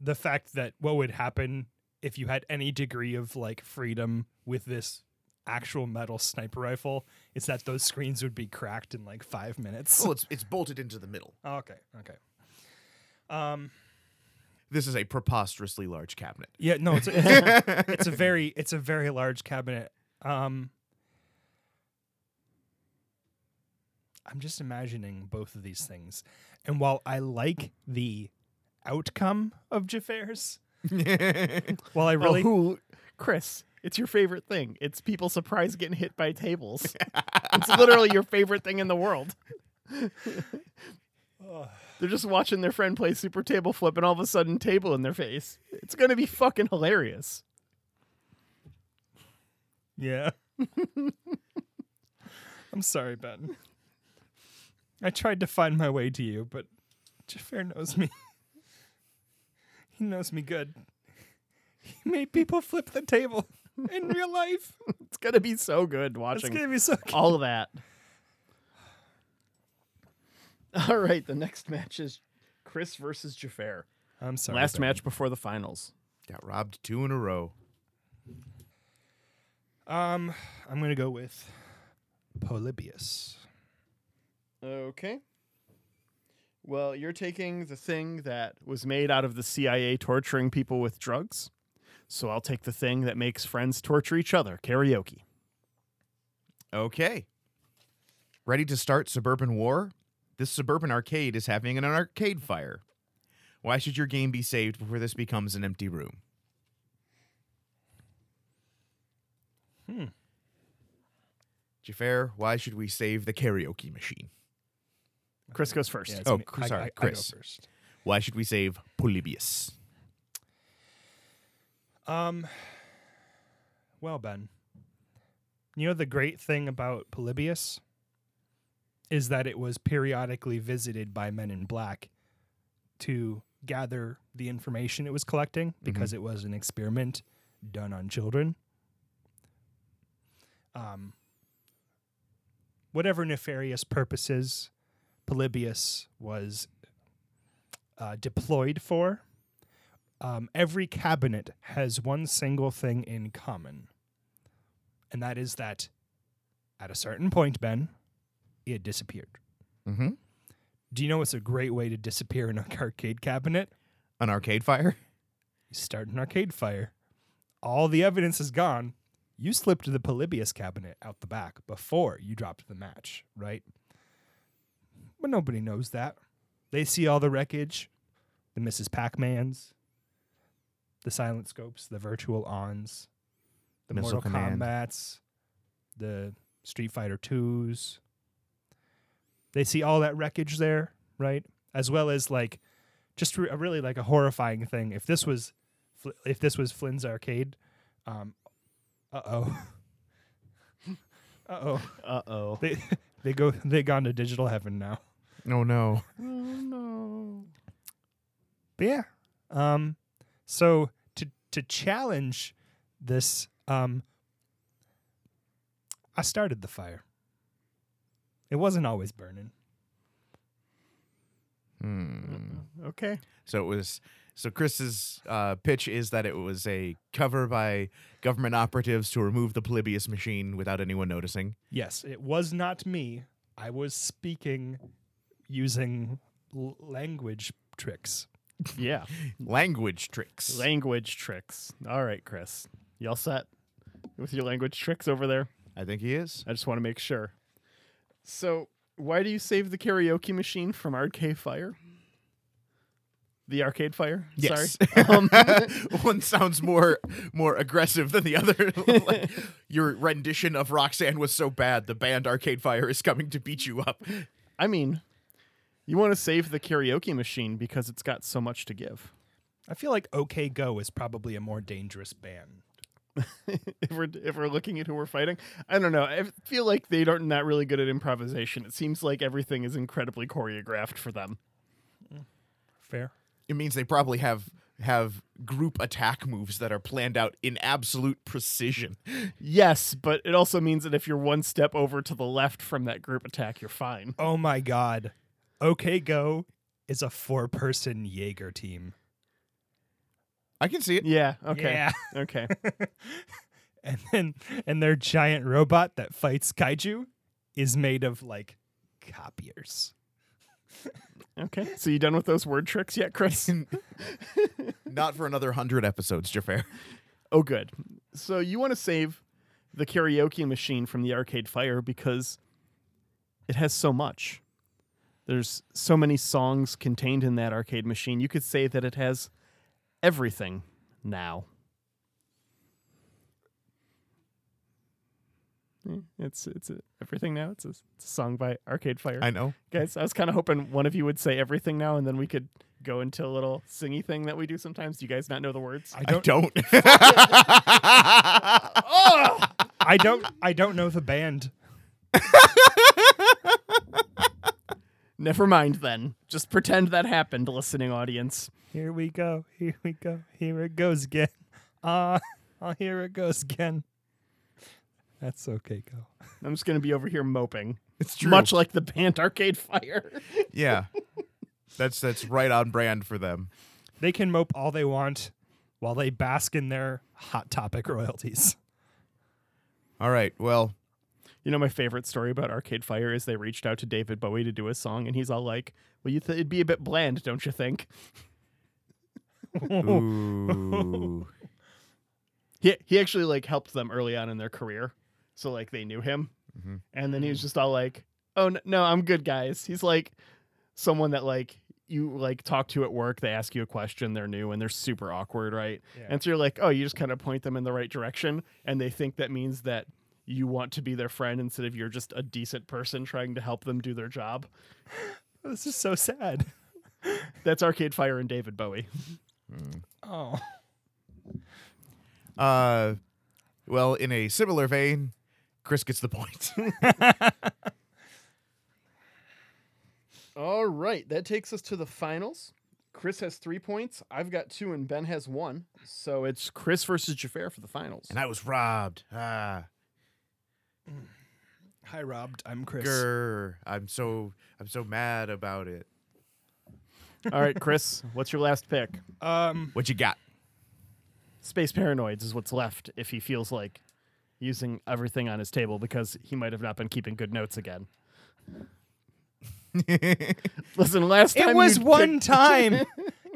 the fact that what would happen if you had any degree of like freedom with this actual metal sniper rifle is that those screens would be cracked in like 5 minutes. Oh,
Well, it's it's bolted into the middle.
Okay, okay. Um
This is a preposterously large cabinet.
Yeah, no, it's a, it's, a, it's a very it's a very large cabinet. Um I'm just imagining both of these things. And while I like the outcome of Jafar's. While I really
Oh, who, Chris? It's your favorite thing. It's people surprised getting hit by tables. it's literally your favorite thing in the world. They're just watching their friend play super table flip, and all of a sudden, table in their face. It's gonna be fucking hilarious.
Yeah. I'm sorry, Ben. I tried to find my way to you, but Jafar knows me. he knows me good. He made people flip the table in real life.
It's gonna be so good
It's
watching
gonna be so.
all of that. All right, the next match is Chris versus Jafar.
I'm sorry.
Last
Ben.
match before the finals.
Got robbed two in a row.
Um, I'm gonna go with Polybius.
Okay. Well, you're taking the thing that was made out of the CIA torturing people with drugs. So I'll take the thing that makes friends torture each other karaoke.
Okay. Ready to start Suburban War? This suburban arcade is having an arcade fire. Why should your game be saved before this becomes an empty room? Hmm. Jafar, why should we save the karaoke machine?
Chris goes first.
it's
Oh,
me.
cr-
I-
sorry,
I- I go
Chris.
first.
Why should we save Polybius?
Um. Well, Ben, you know the great thing about Polybius is that it was periodically visited by Men in Black to gather the information it was collecting because it was an experiment done on children. Um, whatever nefarious purposes Polybius was uh, deployed for um, every cabinet has one single thing in common, and that is that at a certain point, Ben, it disappeared.
Mhm.
Do you know what's a great way to disappear in an arcade cabinet?
An arcade fire?
You start an arcade fire. All the evidence is gone. You slipped the Polybius cabinet out the back before you dropped the match, right? But nobody knows that. They see all the wreckage, the Mrs. Pac-Mans, the silent scopes, the virtual ons, the
Missile
Mortal
Command.
Kombats, the Street Fighter 2s. They see all that wreckage there, right? As well as like just re- a really like a horrifying thing. If this was Fl- if this was Flynn's arcade, um, uh oh, uh oh,
Uh oh.
they they go they gone to digital heaven now.
Oh no.
But yeah, um, so to to challenge this, um, I started the fire. It wasn't always burning.
Okay.
So it was. So Chris's uh, pitch is that it was a cover by government operatives to remove the Polybius machine without anyone noticing.
Yes, it was not me. I was speaking using l- language tricks.
Yeah.
Language tricks.
language tricks. All right, Chris. Y'all set with your language tricks over there?
I think he is.
I just want to make sure. So, why do you save the karaoke machine from Arcade Fire? The Arcade Fire?
Yes.
Sorry. Um,
One sounds more more aggressive than the other. Like, your rendition of Roxanne was so bad, the band Arcade Fire is coming to beat you up.
I mean, you want to save the karaoke machine because it's got so much to give.
I feel like OK Go is probably a more dangerous band.
if we're if we're looking at who we're fighting, I don't know. I feel like they aren't not really good at improvisation. It seems like everything is incredibly choreographed for them.
Fair.
It means they probably have have group attack moves that are planned out in absolute precision.
Yes, but it also means that if you're one step over to the left from that group attack, you're fine.
Oh my God. OK Go is a four person Jaeger team.
I can see it.
Yeah. Okay. Okay.
and then and their giant robot that fights kaiju is made of like copiers.
Okay. So you done with those word tricks yet, Chris?
Not for another hundred episodes, Jafar.
oh, good. So you want to save the karaoke machine from the arcade fire because it has so much. There's so many songs contained in that arcade machine. You could say that it has everything now. Yeah, Eh, It's it's a, everything now. It's a, it's a song by Arcade Fire.
I know.
Guys, I was kind of hoping one of you would say everything now, and then we could go into a little singy thing that we do sometimes. Do you guys not know the words?
I don't.
I don't. I don't know the band.
Never mind then. Just pretend that happened, listening audience.
Here we go. Here we go. Here it goes again. Ah, uh, here it goes again. That's okay, go.
I'm just going to be over here moping.
it's true.
Much like the band Arcade Fire.
yeah. That's that's right on brand for them.
They can mope all they want while they bask in their hot topic royalties.
All right. Well,
You know, my favorite story about Arcade Fire is they reached out to David Bowie to do a song, and he's all like, Well, you th- it'd be a bit bland, don't you think?
Oh. ooh.
He, he actually like helped them early on in their career. So like they knew him. And then he was just all like, "Oh no, no, I'm good, guys." He's like someone that like you like talk to at work, they ask you a question, they're new and they're super awkward, right? And so you're like, "Oh, you just kind of point them in the right direction and they think that means that you want to be their friend instead of you're just a decent person trying to help them do their job."
This is so sad.
That's Arcade Fire and David Bowie.
Oh.
Uh, well, in a similar vein, Chris gets the point.
All right, that takes us to the finals. Chris has 3 points, I've got 2 and Ben has 1. So it's Chris versus Jafar for the finals.
and I was robbed. Ah,
Hi, Robbed. I'm Chris.
grr. I'm so I'm so mad about it.
All right, Chris, what's your last pick?
Um,
What you got?
Space Paranoids is what's left if he feels like using everything on his table because he might have not been keeping good notes again. Listen, last time
it was
you
one
picked-
time.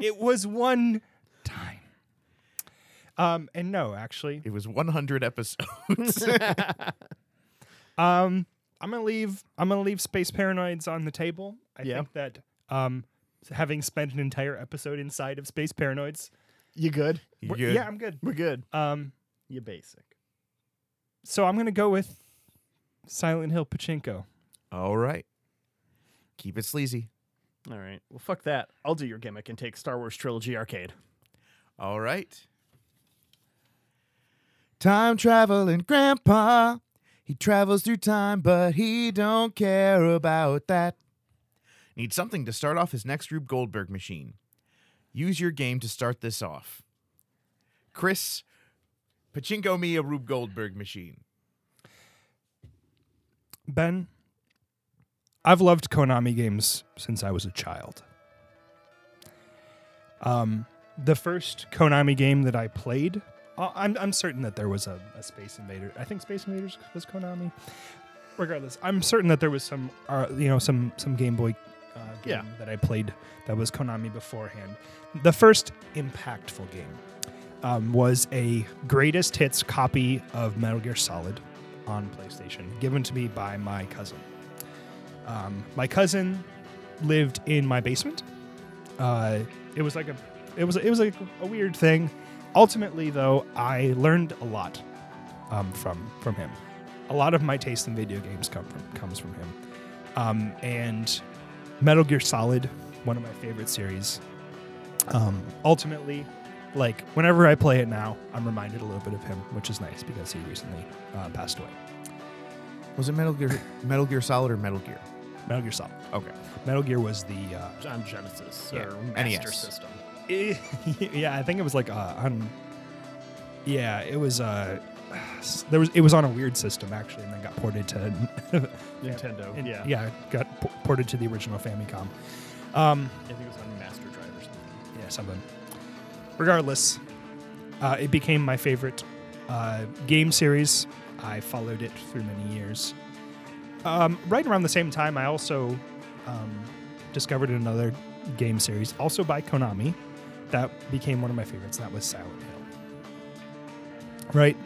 it was one time. Um, and no, actually,
It was 100 episodes.
Um, I'm gonna leave. I'm gonna leave space paranoids on the table. I
Yeah.
think that um, having spent an entire episode inside of space paranoids,
You good?
You
we're-
good?
yeah, I'm good.
We're good.
Um,
You basic.
so I'm gonna go with Silent Hill Pachinko.
All right. Keep it sleazy.
All right. Well, fuck that. I'll do your gimmick and take Star Wars Trilogy Arcade.
All right. Time traveling grandpa. He travels through time, but he don't care about that. Need something to start off his next Rube Goldberg machine. Use your game to start this off. Chris, pachinko me a Rube Goldberg machine.
Ben, I've loved Konami games since I was a child. Um, the first Konami game that I played, I- I'm, I'm certain that there was a, a Space Invader. I think Space Invaders was Konami. Regardless, I'm certain that there was some, uh, you know, some some Game Boy uh, game
Yeah.
that I played that was Konami beforehand. The first impactful game um, was a greatest hits copy of Metal Gear Solid on PlayStation, given to me by my cousin. Um, my cousin lived in my basement. Uh, it was like a, it was it was like a weird thing. Ultimately, though, I learned a lot um, from from him. A lot of my taste in video games come from comes from him. Um, and Metal Gear Solid, one of my favorite series. Um, ultimately, like whenever I play it now, I'm reminded a little bit of him, which is nice because he recently uh, passed away.
Was it Metal Gear Metal Gear Solid or Metal Gear?
Metal Gear Solid.
Okay.
Metal Gear was the uh,
On Genesis
Yeah.
or Master
NES.
System.
yeah, I think it was like uh, on. Yeah, it was. Uh, there was it was on a weird system actually, and then got ported to
Nintendo.
and-
yeah.
yeah, it got p- ported to the original Famicom. Um,
I think it was on Master Drive or something.
yeah, something. Regardless, uh, it became my favorite uh, game series. I followed it through many years. Um, right around the same time, I also um, discovered another game series, also by Konami, that became one of my favorites. That was Silent Hill. Right.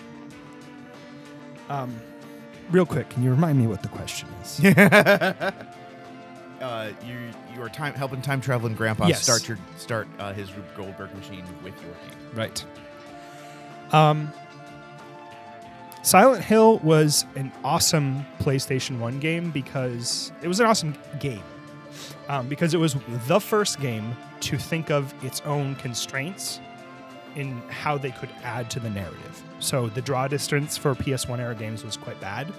Um, real quick, can you remind me what the question is?
Uh, uh, you you are time helping time traveling grandpa
Yes.
start your start uh, his Rube Goldberg machine with your game.
Right. Um, Silent Hill was an awesome PlayStation 1 game because it was an awesome game. Um, because it was the first game to think of its own constraints in how they could add to the narrative. So the draw distance for PS1 era games was quite bad.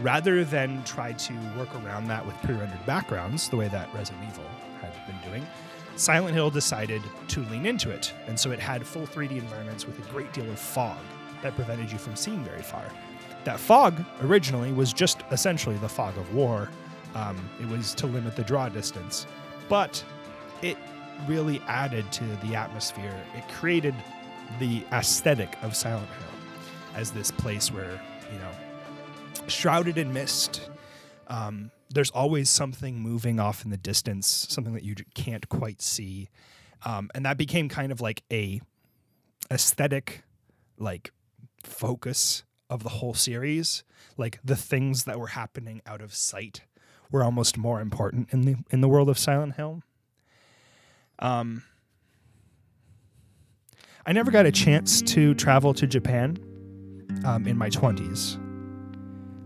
Rather than try to work around that with pre rendered backgrounds, the way that Resident Evil had been doing, Silent Hill decided to lean into it, and so it had full 3D environments with a great deal of fog that prevented you from seeing very far. That fog originally was just essentially the fog of war. Um, it was to limit the draw distance, but it really added to the atmosphere. It created the aesthetic of Silent Hill as this place where, you know, shrouded in mist. Um, there's always something moving off in the distance, something that you j- can't quite see, um, and that became kind of like a aesthetic, like focus of the whole series. Like the things that were happening out of sight were almost more important in the in the world of Silent Hill. Um, I never got a chance to travel to Japan um, in my twenties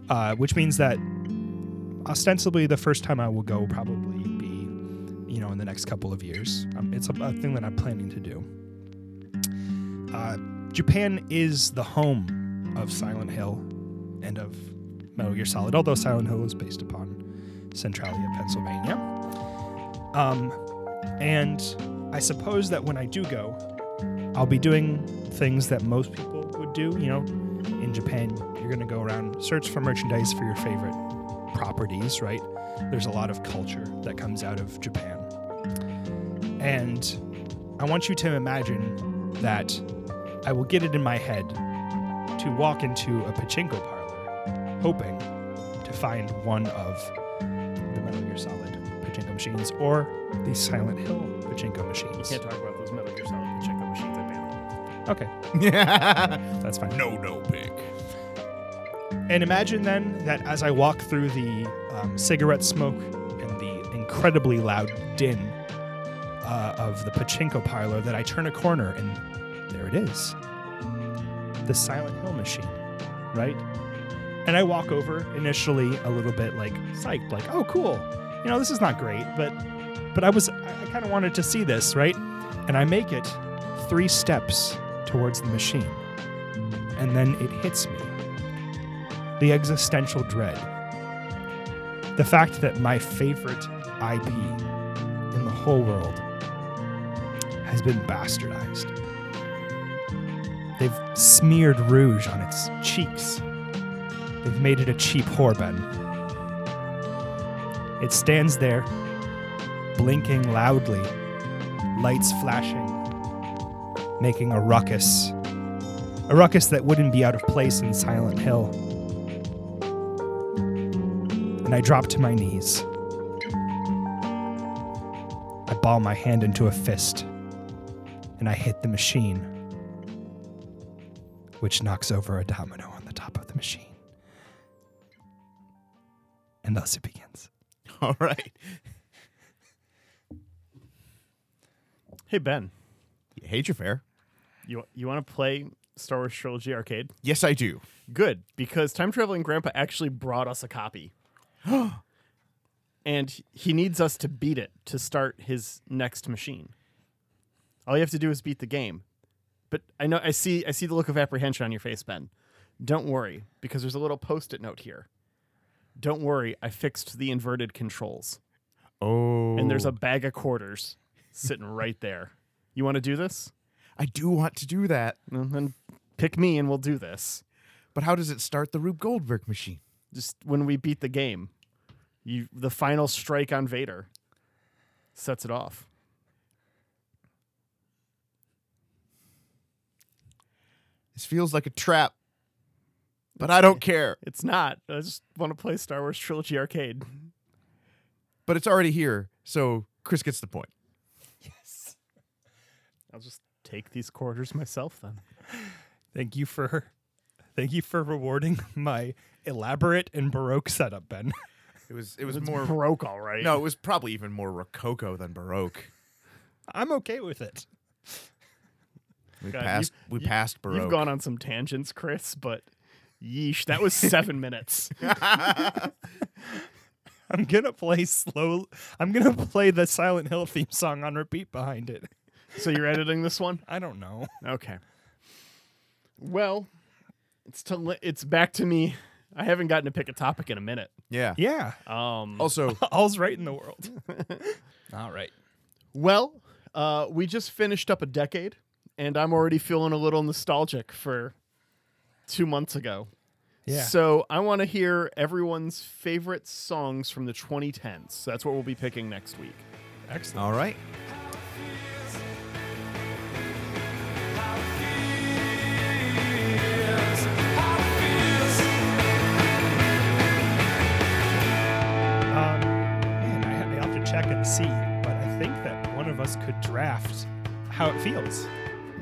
uh, which means that ostensibly the first time I will go will probably be, you know, in the next couple of years. Um, it's a, a thing that I'm planning to do. Uh, Japan is the home of Silent Hill and of Metal Gear Solid, although Silent Hill is based upon Centralia, Pennsylvania. Um, and I suppose that when I do go, I'll be doing things that most people would do. You know, in Japan, you're going to go around search for merchandise for your favorite properties, right? There's a lot of culture that comes out of Japan. And I want you to imagine that I will get it in my head to walk into a pachinko parlor hoping to find one of the Metal Gear Solid pachinko machines or the Silent Hill pachinko machines.
Can't talk about those Metal Gear Solid Pacheco machines. I banned them.
Okay, that's fine.
no, no pick.
And imagine then that as I walk through the um, cigarette smoke and the incredibly loud din uh, of the pachinko parlor, that I turn a corner and there it is the Silent Hill machine, right? And I walk over initially a little bit like psyched, like, oh, cool. You know, this is not great, but but I was I kind of wanted to see this, right? And I make it three steps towards the machine, and then it hits me the existential dread. The fact that my favorite IP in the whole world has been bastardized. They've smeared rouge on its cheeks. They've made it a cheap whoreben. It stands there, blinking loudly, lights flashing, making a ruckus. A ruckus that wouldn't be out of place in Silent Hill and I drop to my knees. I ball my hand into a fist, and I hit the machine, which knocks over a domino on the top of the machine. And thus it begins.
All right.
Hey Ben,
Hey, Jafar.
you you want to play Star Wars Trilogy Arcade?
Yes, I do.
Good, because time traveling grandpa actually brought us a copy. and he needs us to beat it to start his next machine. All you have to do is beat the game. But I know I see I see the look of apprehension on your face, Ben. Don't worry, because there's a little post-it note here. Don't worry, I fixed the inverted controls.
Oh,
And there's a bag of quarters sitting right there. You want to do this?
I do want to do that,
Well, Then pick me and we'll do this.
but how does it start the Rube Goldberg machine?
just when we beat the game, you the final strike on Vader sets it off.
This feels like a trap, but I don't care.
It's not. I just want to play Star Wars Trilogy Arcade.
But it's already here, so Chris gets the point.
I'll just take these quarters myself then.
Thank you for, thank you for rewarding my elaborate and baroque setup, Ben.
It was it was
It's
more
Baroque, all right.
No, it was probably even more rococo than baroque.
I'm okay with it.
We
God,
passed
you-
we
you-
passed baroque.
You've gone on some tangents, Chris, but yeesh, that was seven minutes.
I'm gonna play slow. I'm gonna play the Silent Hill theme song on repeat behind it.
So you're editing this one?
I don't know.
Okay. Well, it's to li- it's back to me. I haven't gotten to pick a topic in a minute.
yeah.
Yeah,
Um,
Also,
all's right in the world. All right.
well, uh, we just finished up a decade, and I'm already feeling a little nostalgic for two months ago.
Yeah.
So I want to hear everyone's favorite songs from the 2010s. That's what we'll be picking next week.
Excellent. Um,
all right.
Um, man, I have, I have to check and see, but I think that one of us could draft "How It Feels"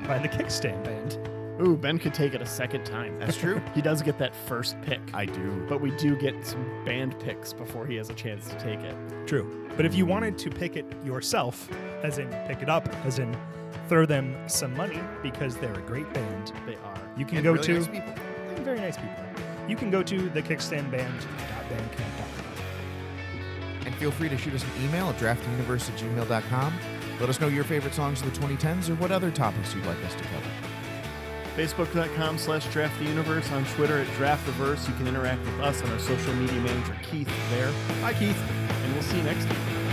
by the Kickstand Band.
Ooh, Ben could take it a second time.
That's true.
He does get that first pick,
I do.
but we do get some band picks before he has a chance to take it.
True. But if you wanted to pick it yourself, as in pick it up, as in throw them some money because they're a great band,
They are.
you can
And
go
really
to
nice people.
They're very nice people. You can go to the kickstandband.bandcamp.com.
And feel free to shoot us an email at draftuniverse at gmail.com. Let us know your favorite songs of the 2010s or what other topics you'd like us to cover.
Facebook.com slash Draft the Universe. On Twitter at Draftiverse. You can interact with us and our social media manager, Keith, there. Hi, Keith. And we'll see you next week.